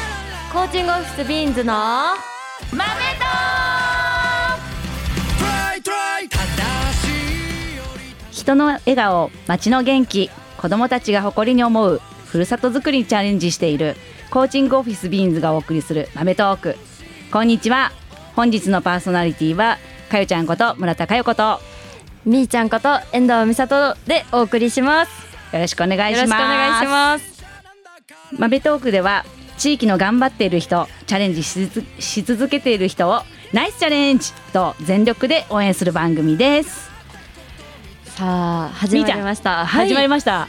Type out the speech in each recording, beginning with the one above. ーチングオフィスビーンズの豆と人の笑顔街の元気子どもたちが誇りに思うふるさとづくりにチャレンジしているコーチングオフィスビーンズがお送りする豆トークこんにちは本日のパーソナリティはかよちゃんこと村田かよことよみーちゃんこと遠藤美里でお送りしますろしくお願いよろししくお願いしまますす豆トークでは地域の頑張っている人チャレンジしつし続けている人をナイスチャレンジと全力で応援する番組ですさあ始まりました始まりまました、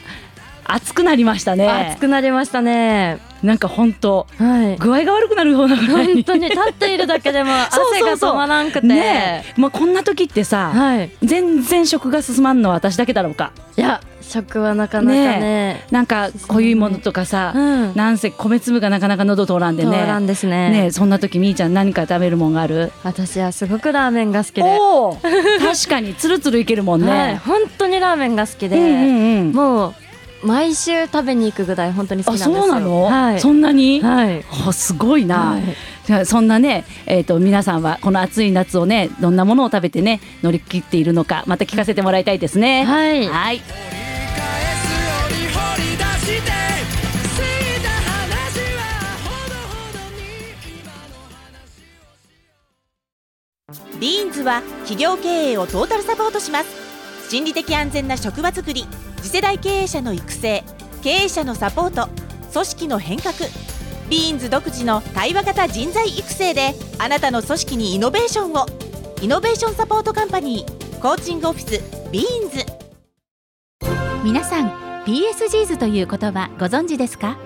暑くなりましたね暑くなりましたねなんか本当はい具合が悪くなるようなぐらい本 当に立っているだけでもそう汗そがうそう止まらんくてねえ、まあ、こんな時ってさ、はい全然食が進まんのは私だけだろうかいや食はなかなかねなんか濃いものとかさ、うんなんせ米粒がなかなか喉通らんでそうねなんですねねえそんな時みーちゃん何か食べるもんがある私はすごくラーメンが好きで、おお 確かにつるつるいけるもんね、はい本当にラーメンが好きで、うんうんうんもう毎週食べに行くぐらい本当に好きなあんですよそうなの、はいそんなに、はいおすごいな、はいじゃあそんなね、えー、と皆さんはこの暑い夏をねどんなものを食べてね乗り切っているのかまた聞かせてもらいたいですねはいはいビーンズは企業経営をトータルサポートします心理的安全な職場づくり次世代経営者の育成経営者のサポート組織の変革ビーンズ独自の対話型人材育成であなたの組織にイノベーションをイノベーションサポートカンパニーコーチングオフィスビーンズ皆さん PSGs という言葉ご存知ですか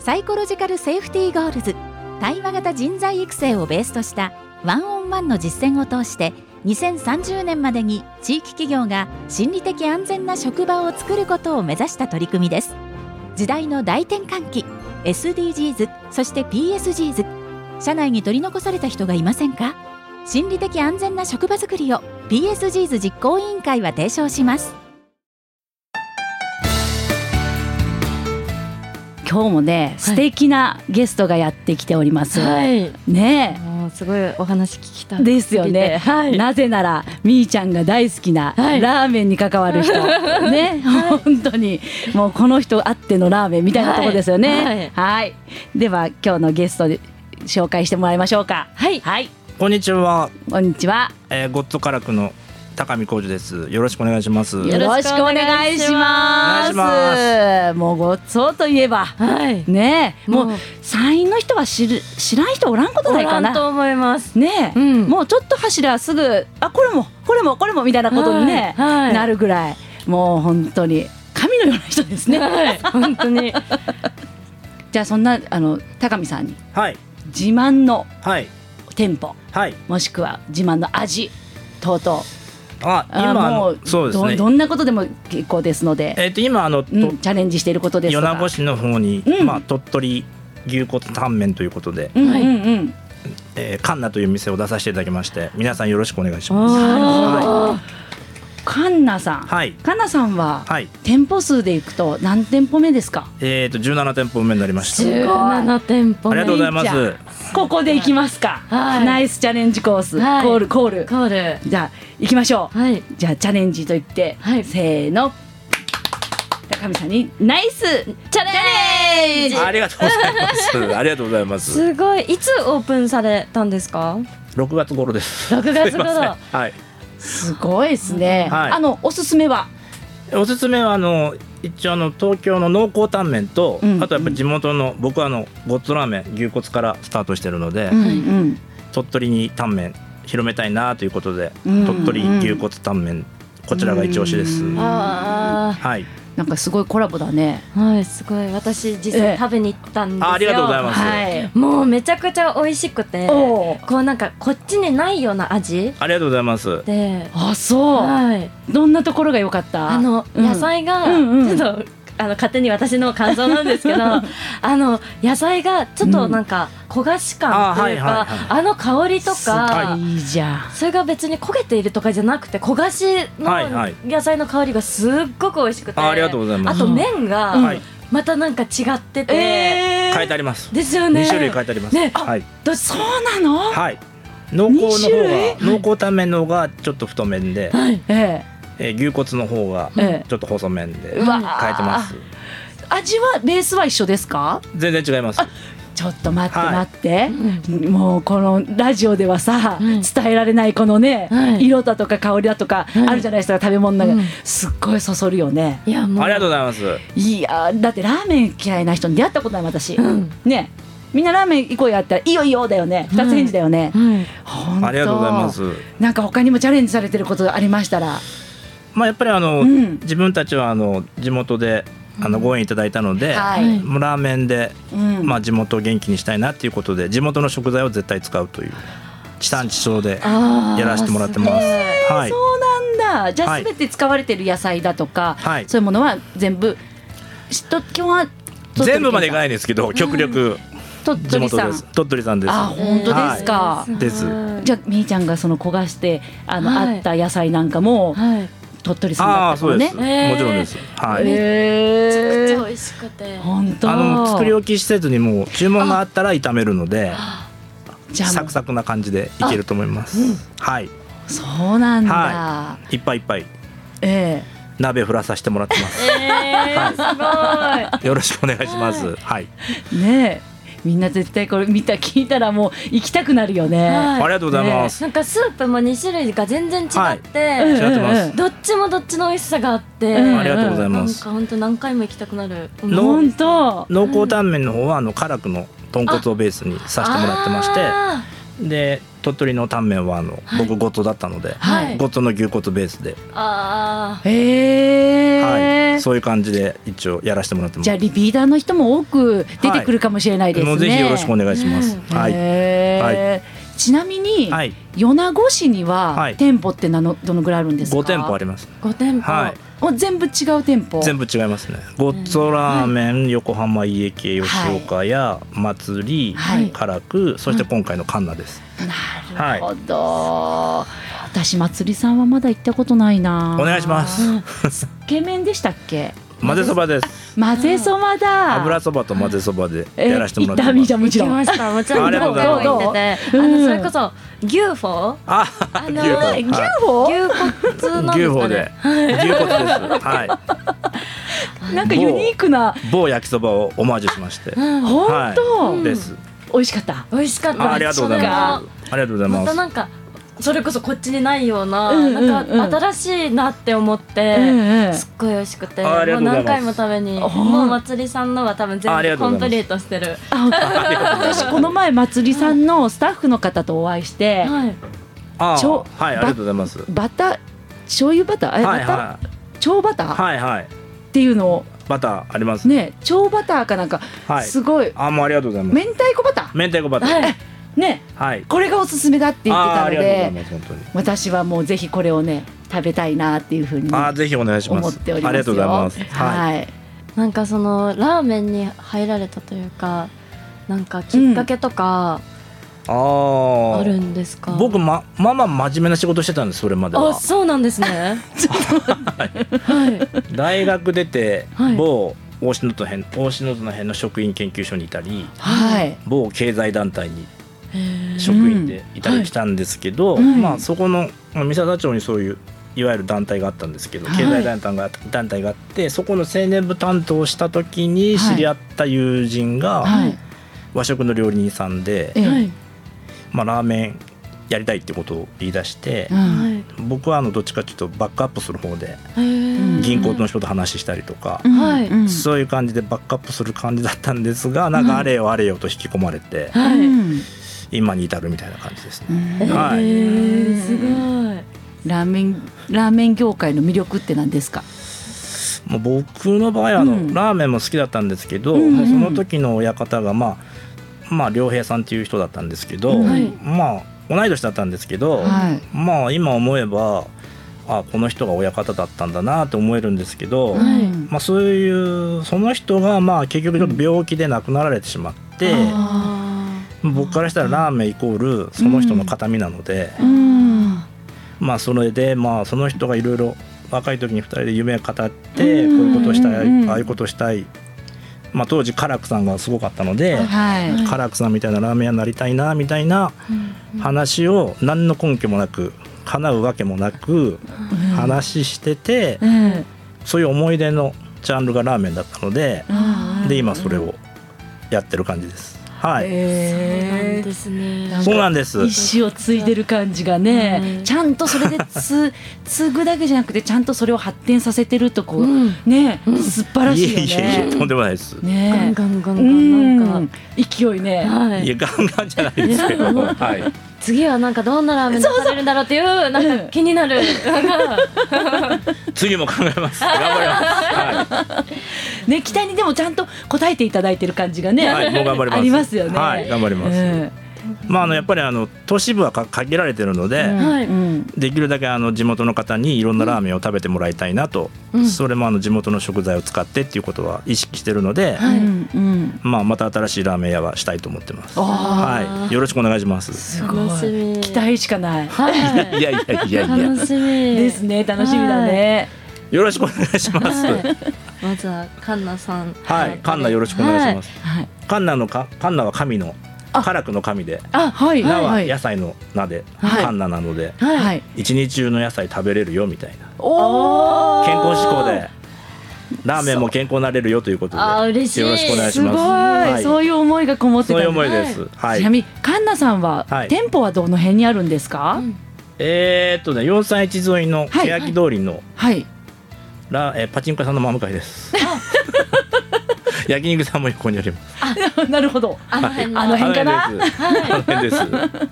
サイコロジカルセーフティーゴールズ対話型人材育成をベースとしたワンオンワンの実践を通して2030年までに地域企業が心理的安全な職場を作ることを目指した取り組みです時代の大転換期 SDGs そして PSGs 社内に取り残された人がいませんか心理的安全な職場づくりを PSGs 実行委員会は提唱します今日もね素敵なゲストがやってきております、はいねもうすごいお話聞きたえいですよね、はいなぜならみーちゃんが大好きなはいラーメンに関わる人、ね本当にもうこの人あってのラーメンみたいなところですよねははいい、では今日のゲストで紹介してもらいましょうかはいはいこんにちは、こんにちはえー、ゴッドカラクの高見浩二です。よろしくお願いします。よろしくお願いします。お願もうごちそうといえば。はいねえ、ももうう山陰の人は知る知らん人おらんことおないからんな。と思いますねえ、うんもうちょっと走りゃすぐあこれもこれもこれもみたいなことにね、はいはいなるぐらいもう本当に神のような人ですね。はい本当にじゃあそんなあの高見さんにはい、自慢のはい、店舗はい。もしくは自慢の味等々あ、あ今あものうそうですどねど。んなことでも結構ですので、えっ、と今あの、とうん、チャレンジしていることですとか。米子市の方に、うんまあ鳥取牛骨タンメンということで、うんうんうん。えー、カンナという店を出させていただきまして、皆さんよろしくお願いします。あカンナさん、はいカンナさんは、はい、店舗数でいくと何店舗目ですかえっ、と17店舗目になりました。ー17店舗あ目りがとうございまいいじす。ここで行きますか、はいナイスチャレンジコース、はいコールコールコーじゃあ行きましょう、ルはいじゃあチャレンジと言って、はいせーの高見さんにナイスチャレンジありがとうござい ます。ありがとうございます。すごいいつオープンされたんですか6月頃です。 6月頃すいませんはい。すごいですね、はいあのおすすめはおすすめはあの一応あの東京の濃厚タンメンと、うんあとやっぱり地元の僕はあのゴッドラーメン牛骨からスタートしてるので、うんうん鳥取にタンメン広めたいなということで、うん鳥取牛骨タンメンこちらが一押しです、うんあはいなんかすごいコラボだねあはいすごい私実ええ際食べに行ったんですよあありがとうございますはいもうめちゃくちゃ美味しくてこおーうなんかこっちにないような味ありがとうございますであそう、はいどんなところが良かったあのうん野菜がうんうんちょっとあの勝手に私の感想なんですけど あの野菜がちょっとなんか焦がし感というあかはいはいあの香りとかいいじゃんそれが別に焦げているとかじゃなくて焦がしはいはのい野菜の香りがすっごく美味しくてあありがとうございまあすと麺がはいまたなんか違ってて、えね変えてあります。ですよね二種類変えてあります。ねはい。どそうなのはい。濃厚の二種類方が濃厚ためのがちょっと太麺で、はいええー牛骨の方がええちょっと細麺でう変えてわーます。え味はベースは一緒ですか全然違います。ちょっと待ってはい待って、もうこのラジオではさ、うん伝えられないこのね、はい色だとか香りだとかいあるじゃないですか、食べ物の中で、うんすっごいそそるよねいやもうありがとうございます。いやーだってラーメン嫌いな人に出会ったことない私、うんねみんなラーメン行こうやったら「いいよいいよ」だよね二つ返事だよね、はいほんとありがとうございます。なんか他にもチャレンジされてることありましたらまあやっぱりあの、うん自分たちはあの地元であのご縁いただいたので、はいもうラーメンでうんまあ地元を元気にしたいなっていうことで地元の食材を絶対使うという地産地消であーやらせてもらってます。はいそ。うなんだじゃあはい全て使われてる野菜だとか、はいそういうものは全部しと基本は全部までいかないいですけど、極力鳥地取元さでんす。鳥取さんです。あ本当ですか、いですじゃあみーちゃんがその焦がしてあの、はいあった野菜なんかもはい鳥取産あだあー、ったそのうでねす。ねもちろんです。はい。めちゃくへちえゃ美味しくて本当あの作り置き施設にもう注文があったら炒めるのでじゃあサもうクサクな感じでいけると思います、はいそうなんだ、いっぱいいっぱいえ鍋振らさせてもらって ます、よろしくお願いしますはい、え ねえみんな絶対これ見た聞いたらもう行きたくなるよね、はありがとうございます、なんかスープも2種類が全然違って、うん違ってますうんうんどっちもどっちの美味しさがあって、うんありがとうございなまんすか本当何回も行きたくなる。んの本当濃厚タンメンの方はあの辛くの豚骨をベースにさせてもらってましてあで鳥取のタンメンはあの僕ごとだったので、ーはい。ごとの牛骨ベースで、あへえ、はい、そういう感じで一応やらせてもらってますじゃあリピーターの人も多く出てくるかもしれないですね。もうぜひよろしくお願いします、うんはい、へーちなみに、はい、米子市には、はい店舗ってなのどのぐらいあるんですか。 5店舗ありますあ、五店舗。はいもう全部違う店舗。全部違いますねごっつラーメン、横浜家系吉岡屋、祭り、はい辛くそして今回のカンナです、なるほど。私祭りさんはまだ行ったことないな。お願いしま。すつけ麺でしたっけ。混ぜそばです混ぜそばだ。油そばと混ぜそばでえやらせてもらって行ったまみすじゃん行もちろん。きました。もちろあんりがとう何ございます回も行ってて、あどうどうのそれこそ牛フォー。ああのは牛い骨な牛ん牛です歩かでね。牛骨ですはなんかユニークな。い某焼きそばをオマージュしましてうん本当、はい、です美味しかった。美味しかっあた。ありがとうございますありがとうございままたすなんかそれこそこっちにないような,、うんうんうんなんか新しいなって思って、ええすっごい美味しくてあありもがうとうござい何ます回も食べにあもう祭りさんのは多分ああ全りが部とうコごンざいますプリートしてるありがとうございます私この前祭りさんのスタッフの方とお会いして、はいあちょーはいありがとうございますはバター醤油バターいえ、バターは超バタいーっはいはいていうのをバターありますね超バターかなんか、はいすごいあもうありがとうございます明太子バタ明太子バターはいーねはいこれがおすすめだって言ってあーたあのりがとうございでます本当に私はもうぜひこれをね食べたいなっていうふうにねあーぜひお願いします。思っておりますよありがとうございます。はい。はい、なんかそのラーメンに入られたというかなんかきっかけとかあああるんですか、僕ままあまあ真面目な仕事してたんですそれまであは。そうな んですねはい大学出て、はい某大篠と辺大篠の辺の職員研究所にいたり、はい某経済団体に職員でいたりしたんですけど、うんはいまあそこのまあ三沢町にそういういわゆる団体があったんですけど、はい経済団体が団体があってそこの青年部担当をした時に知り合った友人がはい和食の料理人さんで、ええはいまあ、ラーメンやりたいってことを言い出してう、んはい僕はあのどっちかちょっとバックアップする方でへー銀行との人と話したりとか、うんはいうんそういう感じでバックアップする感じだったんですがなんかあれよあれよと引き込まれて、はういん今に至るみたいな感じですね。うんはへいーすごいラーメンラーメン業界の魅力って何ですかもう僕の場合はあの、うんラーメンも好きだったんですけど、うんうんもうその時の親方がまあまあ良平さんっていう人だったんですけど、はいまあ同い年だったんですけど、はいまあ今思えばあこの人が親方だったんだなって思えるんですけど、はいうんまあ、そういうその人がまあ結局ちょっと病気で亡くなられてしまって、あ僕からしたらラーメンイコールその人の形見なので、うんまあそれでまあその人がいろいろ若い時に2人で夢を語ってこういうことをしたい、うんうんああいうことをしたいまあ、当時カラクさんがすごかったので、はいいカラクさんみたいなラーメン屋になりたいなみたいな話を何の根拠もなく叶うわけもなく話してて、うんそういう思い出のジャンルがラーメンだったので、あで今それをやってる感じです。はーい、そうなんへーですねなんそうなんです。一種を継いでる感じがね、うんちゃんとそれで つ継ぐだけじゃなくてちゃんとそれを発展させてるとこ、うんね、うん素晴らしいよね。いえいえいえとんでもないです。ガンねガンガうンガンなんんか、勢いね。はいやガンガンじゃないですけど、はい、次はなんかどんなラーメン出されるんだろうっていうなんか気になる次も考え ます。頑張ります。はね期待にでもちゃんと応えていただいてる感じがい、ね、はい、もう頑張ります。ありますよね。はい、頑張ります。まああのやっぱりあの都市部はか限られてるので、うんはいうんできるだけあの地元の方にいろんなラーメンを食べてもらいたいなと、うんそれもあの地元の食材を使ってっていうことは意識してるので、はいうんうんまあまた新しいラーメン屋はしたいと思ってます。ああーはい、よろしくお願いします。すご 楽しいみ期待しかない。はいいやいやいやいや、楽しみですね楽しみだね。よろしくお願いします。はいまずはカンナさんはい、カンナよろしくお願いします。はい。カンナのか、カンナは神の、あ辛くの神で、あはいナははい野菜の名で、はいカンナなので、はい、はい。一日中の野菜食べれるよみたいな。おお健康志向で、ラーメンも健康になれるよということで、あー嬉しいよろしくお願いしすまごすい、す。はいそういう思いがこもってそたういんうだ思いです。はちいな。みにカンナさんは、はい店舗はどの辺にあるんですか、うんえーっとね、四三一沿いのはい欅通りのはいラ、えーパチンコ屋さんの真向かい です。焼肉さんも横にあります。 なるほどあの辺のあの辺かなあの辺です。あの辺です。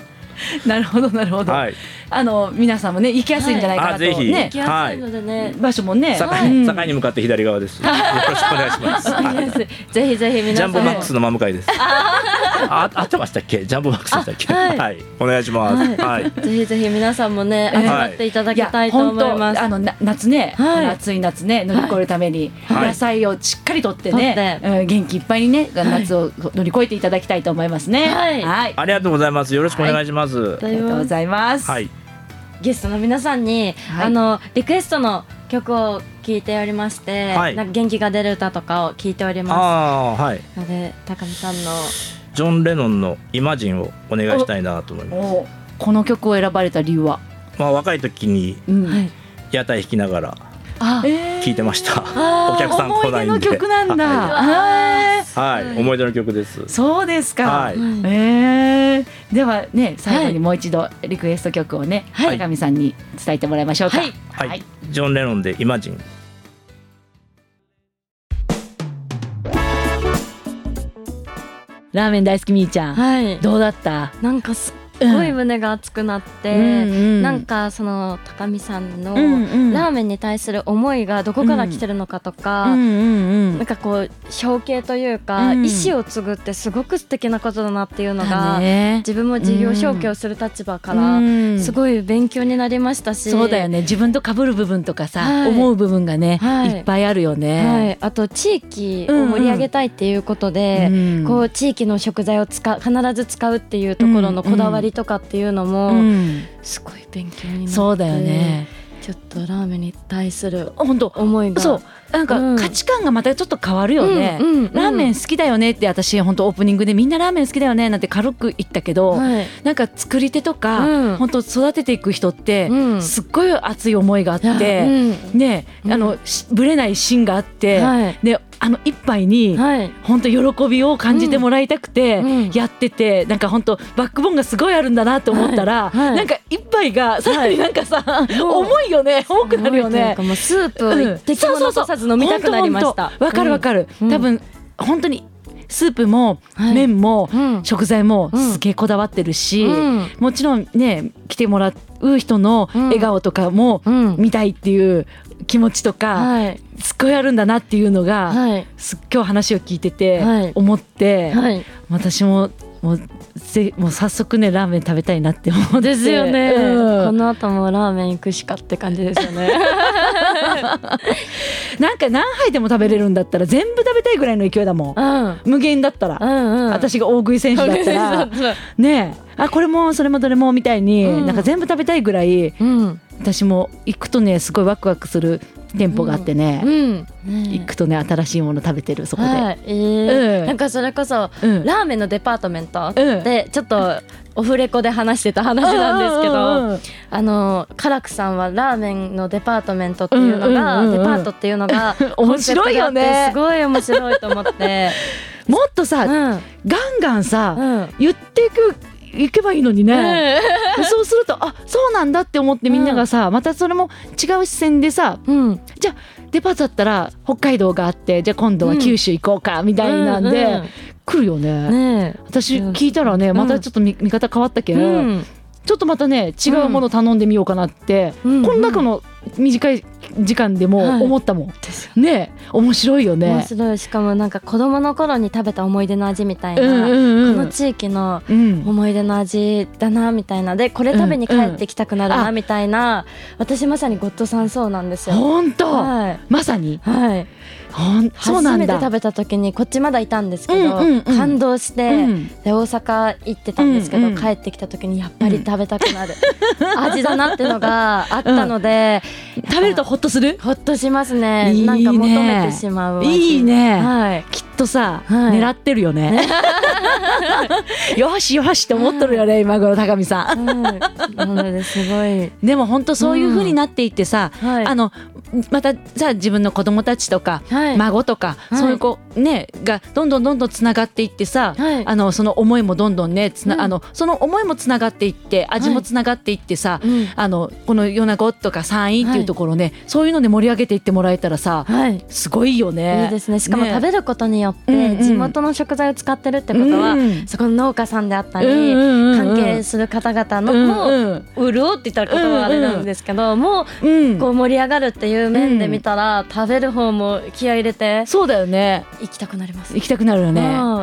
なるほど なるほど、はい。あの皆さんもね行きやすいんじゃないかなあと、ぜひね行きやすいのでね、場所もね境うんに境に向かって左側です。よろしくお願いし ます。行きはいやすいぜひぜひ皆ジさャんンもボマックスの真向かいです。あ、あ合ってましたっけ？ジャンボマックスでしたっけ？あはいはい。お願いします。ははい。ぜひぜひ皆さんもねはい集まっていただきたいと思いや本ます当あのな夏ね、はい暑い夏ね乗り越えるために、はい野菜をしっかりとってね、うん元気いっぱいにね夏を乗り越えていただきたいと思いますねはいありがとうございます。よろしくお願いします。あありがとうございます、はい。ゲストの皆さんに、はいあのリクエストの曲を聞いておりまして、はいなんか元気が出る歌とかを聞いておりまああー、はい。すので高見さんのジョン・レノンの「イマジン」をお願いしたいなと思います。おこの曲を選ばれた理由は、まあ、若い時にうんはい屋台弾きながらあ聴いてました。あーお客さん来ないんで。思い出の曲なんだ、ははいい、はい思い出の曲です。そうですか、はいうんえーではね最後にもう一度リクエスト曲をね、はい高見さんに伝えてもらいましょうかはいはい、はいジョン・レノンで「イマジン」ラーメン大好きみーちゃん、はいどうだったなんかすっごい胸が熱くなって、なんかその高見さんの、ラーメンに対する思いがどこから来てるのかとか、うんうんうなんんかこう象形というか、うん意思を継ぐってすごく素敵なことだなっていうのだが、ね自分も事業承継をする立場から、うんすごい勉強になりましたし、そうだよね自分と被る部分とかさ、はい思う部分がね、はいい、っぱいあるよはいね、、あと地域を盛り上げたいっていうことで、んこう地域の食材を使う必ず使うっていうところのこだわりとかっていうのも、うんすごい勉強になってそうだよねちょっとラーメンに対する本当思いがそうなんかうん価値観がまたちょっと変わるようんね、うんうんラーメン好きだよねって私本当オープニングでみんなラーメン好きだよねなんて軽く言ったけど、はいなんか作り手とか、うん本当育てていく人って、うんすっごい熱い思いがあっいやうて、んねあのしぶれない芯があって、はいであの一杯に、はい本当喜びを感じてもらいたくてうんうんやってて、なんか本当バックボーンがすごいあるんだなと思ったら、はいはいなんか一杯がさらになんかさ、もう重いよね重くなるよなねんか。もうスープをうん一滴も残さず飲みたくなりましそうそうたそうわかるわかる、うん多分本当にスープもはい麺もうん食材もうんすげえこだわってるし、うんもちろんね来てもらう人の笑顔とかもうん見たいっていう気持ちとか、はいすっごいあるんだなっていうのが、はいすっ今日話を聞いてて、はい思って、はい私ももうぜもう早速ねラーメン食べたいなって思ってですよね、うんこの後もラーメン行くしかって感じですよねなんか何杯でも食べれるんだったら全部食べたいぐらいの勢いだもんうんうん無限だったら、うん私が大食い選手だったらねえあこれもそれもどれもみたいに、うんなんか全部食べたいぐらいうん私も行くとねすごいワクワクする店舗があってね、うん、行くとね新しいもの食べてるそこで、はい、えーうんなんかそれこそうんラーメンのデパートメントうんでちょっとオフレコで話してた話なんですけどですあの唐ラさんはラーメンのデパートメントっていうのが、うんうんうんうんデパートっていうのが面白いよねコンセプトがあってすごい面白いと思って、もっとさ、うんガンガンさ、うん言っていく行けばいいのにね、そうするとあそうなんだって思ってみんながさ、またそれも違う視線でさうん、みデパートだったら北海道があってじゃあ今度は九州行こうかみたいなんで、来るよね。ね私聞いたらね、うんまたちょっと見見方変わったけえ、ん、ちょっとまたね違うもの頼んでみようかなって、うんこの中の短い時間ではいも思ったもん、ですよね面白いよ面ね。白いしかもなんか子供の頃に食べた思い出の味みたいな、うんうんうこのん地域のうん思い出の味だなみたいなでこれ食べに帰ってきたくなるうんうんなあみたいな、私まさにゴッドさんそうなんですよ。ほんと、はいまさにはい、ほんそうな初んめてだ食べた時にこっちまだいたんですけど、うんうんうん感動して、うんで大阪行ってたんですけど、うんうん帰ってきた時にやっぱり食べたく なる、味だなってのがあったので、食べるとほっとするほっとしますねいいねなんか求めてしまう味いいね はいきっとさ、はい狙ってるよね よしよしって思っとるよね、今頃高見さんはいなのですごい、でも本当そういう風になっていってさ、はい、あのまたじゃあ自分の子供たちとか、はい、孫とか、はいそういう子ねがどんどんどんどんつながっていってさ、はいあのその思いもどんどんねつな、うんあのその思いもつながっていって味もつながっていってさ、うんあのこの米子とか山陰っていうところね、そういうので盛り上げていってもらえたらさはいすごいよね。いいですねしかも食べることによっうんうてん地元の食材を使ってるってことは、うんそこの農家さんであったり、関関係する方々の、もううん潤って言ったら言葉はあれなんですけど、もううんこう盛り上がるっていう面で見たら、食べる方も気合い入れてそうだよね行きたくなります行きたくなるよね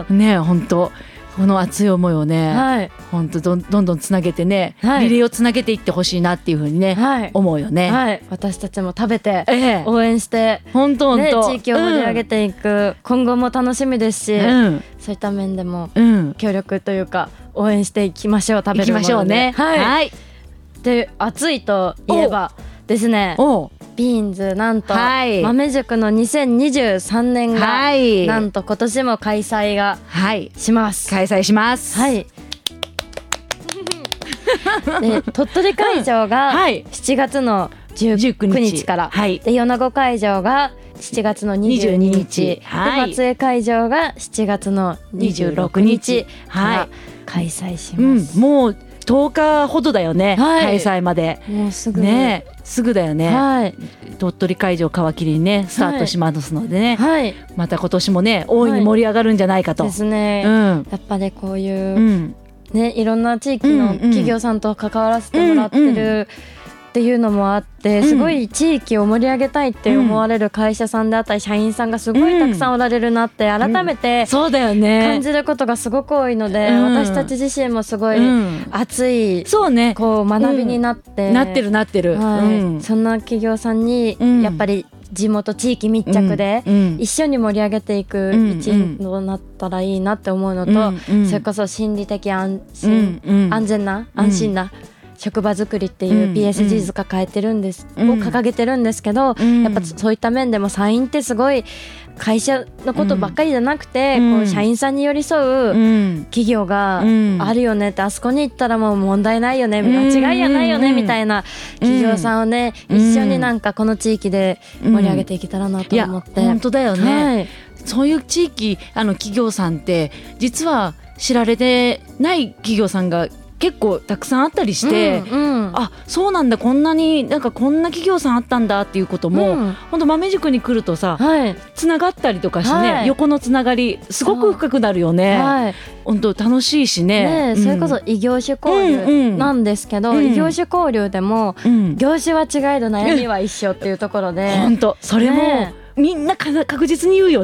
うね本当この熱い思いをね、はい本当どんどんどんつなげてね、はいリレーをつなげていってほしいなっていうふうにね、はい、思うよね。はい、私たちも食べてええ応援して、本当本ね、当、地域を盛り上げていく、今後も楽しみですし、うんそういった面でもうん、うん、協力というか応援していきましょう食行べきるものまでしょうね。はい、はい、で暑いといえばですねおうビーンズなんと、はい豆塾の2023年が、はいなんと今年も開催がはいします。開催します。はい。 で鳥取会場がうんはい7月の19 19日日から、はいで米子会場が7月の22 22日日はいで松江会場が7月の26 26日日からは開催しい、うまんす。もう10日ほどだよね、はい開催まで。もうすぐねすぐだよね、はい鳥取会場皮切りにねスタートしますのでね、はいまた今年もね大いに盛り上がるんじゃないかと、ですね。うんやっぱりこういう、うんね、いろんな地域の企業さんと関わらせてもらってうんうるっていうのもあって、んすごい地域を盛り上げたいって思われる会社さんであったり社員さんがすごいたくさんおられるなって改めてそうだよね感じることがすごく多いので、うん私たち自身もすごいうん、熱いそうねこう学びになって、なってるなってる、はいうんそんな企業さんにうんやっぱり地元地域密着でうんうん一緒に盛り上げていく一員となったらいいなって思うのと、うんうんそれこそ心理的安う心、んうん安全なうん安心な職場作りっていううん BSGs が変えてるんです、うんを掲げてるんですけど、うんやっぱそういった面でもサインってすごい会社のことばっかりじゃなくて、うんこう社員さんに寄り添ううん企業がうんあるよねって、あそこに行ったらもう問題ないよね間違いやないよねうんみたいな企業さんをね、うん一緒になんかこの地域で盛り上げていけたらないとや思って。本当だよね、はいそういう地域あの企業さんって実は知られてない企業さんが結構たくさんあったりして、うんうんあそうなんだこんなになんかこんな企業さんあったんだっていうことも、うん本当豆塾に来るとさはい、つながったりとかしてね、はい横のつながりすごく深くなるよね、はい、本当楽しいしねね、それこそ異業種交流なんですけど、うんうん異業種交流でもうん業種は違いど悩みは一緒っていうところで、本当それも、ねみんなかな確実に言うよ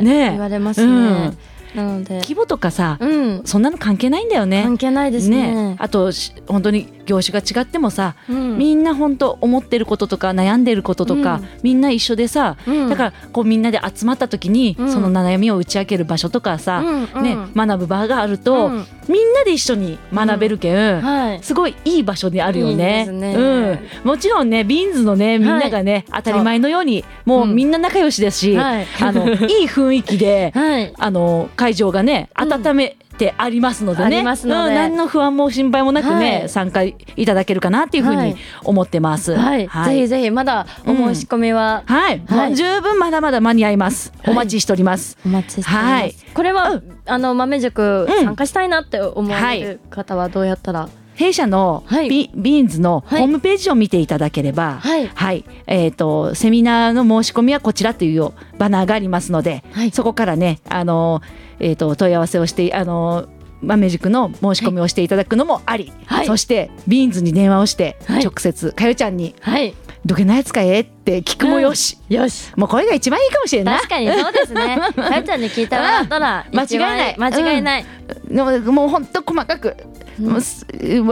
ねね言われますね。なので、規模とかさ、うん、そんなの関係ないんだよね関係ないですね。あとし本当に業種が違ってもさ、うんみんな本当思ってることとか悩んでることとか、うんみんな一緒でさ、うんだからこうみんなで集まった時に、うんその悩みを打ち明ける場所とかさ、うんうんね、学ぶ場があるうと、んみんなで一緒に学べるけん、はいすごいいい場所にあるよね。いいですねうん、もちろんね、ビーンズのね、みんながね、当たり前のように、もううんみんな仲良しですし、はい あのいい雰囲気で、はいあの会場がね、うん温めてありますのでね、ありますのでうん何の不安も心配もなくね、はい参加いただけるかなっていうふうはにい思ってます。はい、ぜひぜひまだお申し込みははい、はいもう十分まだまだ間に合います。お待ちしております。お待ちしています、はいこれは、うんあの豆塾うん参加したいなって思われる方はどうやったら、弊社のビ,、はいビーンズのホはいームページを見ていただければ、はいえっ、とセミナーの申し込みはこちらというバナーがありますので、はいそこからねあのえっ、と問い合わせをしてあの豆塾の申し込みをしていただくのもあり、はいそしてビーンズに電話をして、はい直接かよちゃんにはいどけなやつかえって聞くもよし、よしもうこれが一番いいかもしれない。確かにそうですね かよちゃんに聞いてもらったらうん一番間違いない間違いない、でももう本当細かく、もうす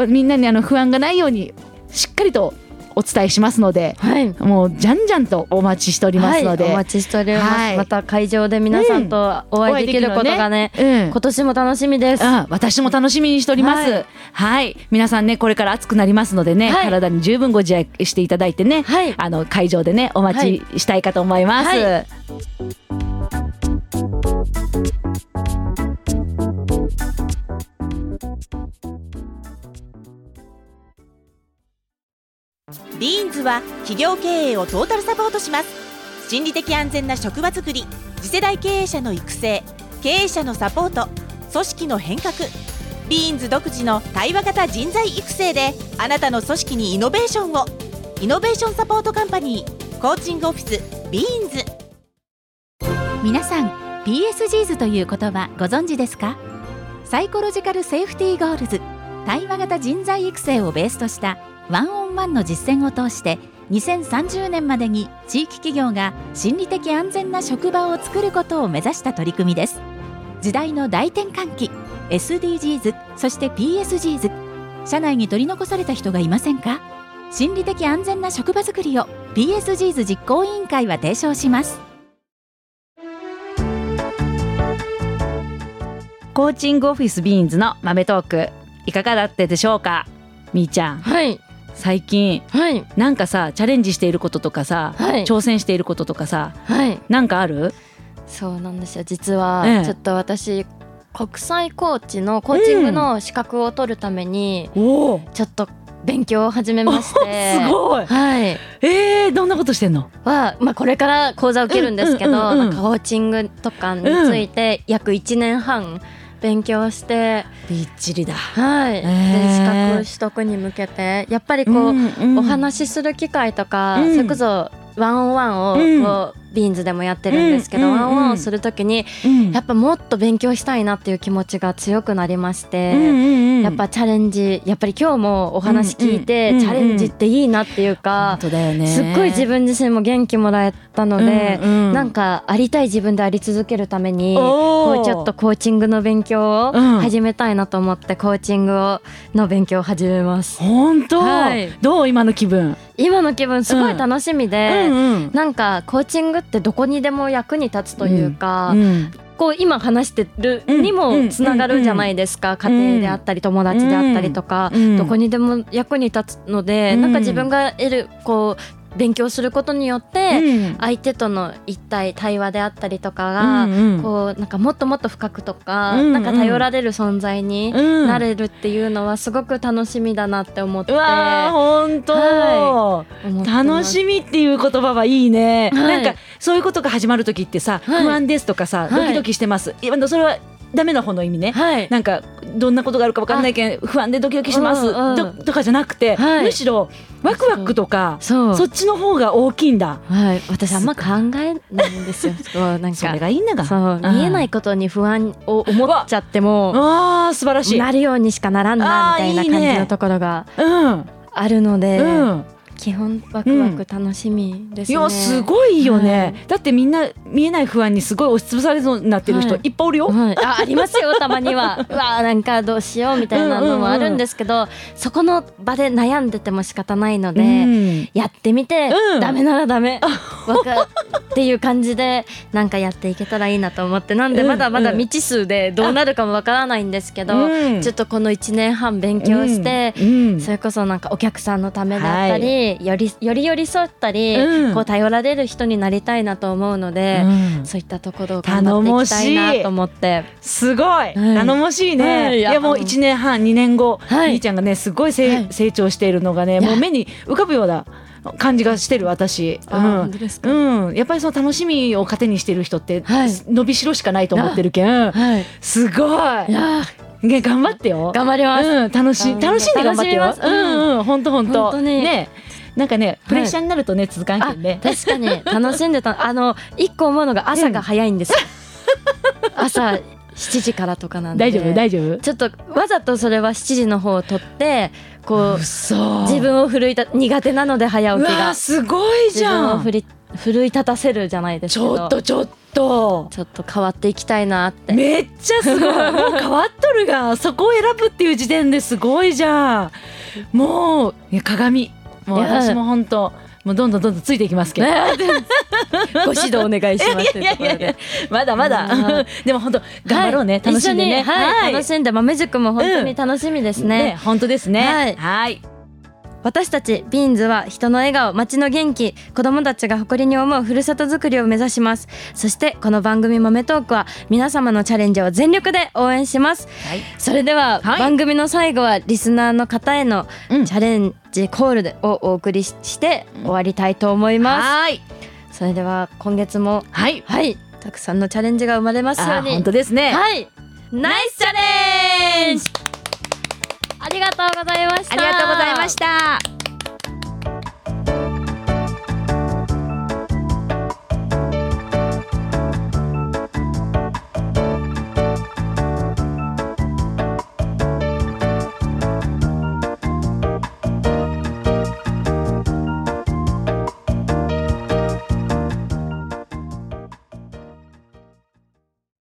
みんなにあの不安がないようにしっかりとお伝えしますので、はいもうじゃんじゃんとお待ちしておりますので、はい、お待ちしております、はいまた会場で皆さんとお会いできることがね,、うん今年も楽しみです、うん、私も楽しみにしております。ははいい、皆さんね、これから暑くなりますのでね、はい体に十分ご自愛していただいてね、はいあの会場でね、お待ちしたいかと思います。はビーンズは企業経営をトータルサポートします心理的安全な職場づくり次世代経営者の育成経営者のサポート組織の変革ビーンズ独自の対話型人材育成であなたの組織にイノベーションをイノベーションサポートカンパニーコーチングオフィスビーンズ皆さん PSGs という言葉ご存知ですかサイコロジカルセーフティーゴールズ対話型人材育成をベースとしたワンオンワンの実践を通して2030年までに地域企業が心理的安全な職場を作ることを目指した取り組みです時代の大転換期 SDGs そして PSGs 社内に取り残された人がいませんか心理的安全な職場づくりを PSGs 実行委員会は提唱しますコーチングオフィスビーンズの豆トーク、いかがだったでしょうか。みーちゃん、はい最近はいなんかさ、チャレンジしていることとかさ、はい挑戦していることとかさ、はいなんかある？そうなんですよ実ええはちょっと私、国際コーチのコーチングの資格を取るためにおお、ちょっと勉強を始めま してすごい。はいえー、どんなことしてんの？は、まあ、これから講座を受けるんですけど、うんうんうんうんまあコーチングとかについて約1年半勉強して、びっちりだ。はいでへー資格取得に向けてやっぱりこう、お話しする機会とか、うんそれこそワンオンワンをうんこう、ビーンズでもやってるんですけど、うんうんうんワンオンワンをするときにうんやっぱもっと勉強したいなっていう気持ちが強くなりまして。うんうんうんやっぱチャレンジやっぱり今日もお話聞いて、うんうんチャレンジっていいなっていうか本、当だよね。すっごい自分自身も元気もらえたので、うんうんなんかありたい自分であり続けるためにおーこうちょっとコーチングの勉強をうん始めたいなと思って、コーチングをの勉強を始めます本当、はいどう今の気分。今の気分すごい楽しみで、うんうんなんかコーチングってどこにでも役に立つというか、うんこう今話してるにうんもつながるじゃないですか、ん家庭であったり友達であったりとか、うんどこにでも役に立つので、うんなんか自分が得るこう勉強することによって、うん相手との一体対話であったりとかが、うんうんこうなんかもっともっと深くとか、うんうんなんか頼られる存在にうんなれるっていうのはすごく楽しみだなって思ってうわー本当、は楽いしみっていう言葉はいいね、はいなんかそういうことが始まる時ってさ、はい不安ですとかはさ、いドキドキしてますいやあのそれはダメな方の意味ね、はいなんかどんなことがあるかわかんないけん不安でドキドキしてます、うんうんどとかじゃなくて、はいむしろワクワクとかそうそっちの方が大きいんだはい、私あんま考えないん ですよそうなんそれかがいいんだがそう見えないことに不安を思っちゃってもあー素晴らしい、なるようにしかならんなみたいな感あーいじいねのところがうんあるので、うん基本ワクワク楽しみですいね、やすごいよね、はだってみんな見えない不安にすごい押しつぶされそうになってる人はいいっぱいおるよ、はい、あありますよ たまにはうわあなんかどうしようみたいなのもあるんですけど、そこの場で悩んでても仕方ないので、うんやってみて、うんダメならダメわかっていう感じでなんかやっていけたらいいなと思ってなんでうんまだまだうん未知数でどうなるかもわからないんですけど、うんちょっとこの1年半勉強して、うんそれこそなんかお客さんのためだったり、よりより寄り添ったり、うんこう頼られる人になりたいなと思うので、うんそういったところを頑張っていきたいなと思って。すごい、頼もしいね、はいい、いややもうあの1年半2年後、はい兄ちゃんがねすごいせい、はい成長しているのがねいやもう目に浮かぶような感じがしてる私、うあ本ん当ですかうん、やっぱりその楽しみを糧にしてる人って、はい伸びしろしかないと思ってるけんはい、すごいいやーね頑張ってよ頑張ります、うん、楽しういん楽しんで頑張ってよ楽しみますううんんうん本当本当本当にねなんかねプレッシャーになるとね、続かんけあんね確かに楽しんでたあの一個思うのが朝が早いん ですよ、朝7時からとかなんで大丈夫大丈夫ちょっとわざとそれは7時の方を取ってこうそう自分を奮いた苦手なので早う起きわがーすごいじ自ゃ分をん奮い奮い立たせるじゃないですちけどょっとちょっとちょっと変わっていきたいなってめっちゃすごいもう変わっとるが そこを選ぶっていう時点ですごいじゃんもういや鏡もういや私も本当もうどんどんどんどんついていきますけど、 ご指導お願いします ってところでまだまうだんでも本当頑張ろうね、はい楽しん一で緒ねにはい楽しんで豆塾も本当に楽しみですね、ね本当ですねはいはい私たちビーンズは人の笑顔街の元気子どもたちが誇りに思うふるさとづくりを目指しますそしてこの番組「豆トーク」は皆様のチャレンジを全力で応援します、はいそれでははい番組の最後はリスナーの方へのうんチャレンジコールをお送りしして終わりたいと思います、はいそれでは今月もはいはいたくさんのチャレンジが生まれますよあう本に当ですねはいナイスチャレンジありがとうございましたありがとうございました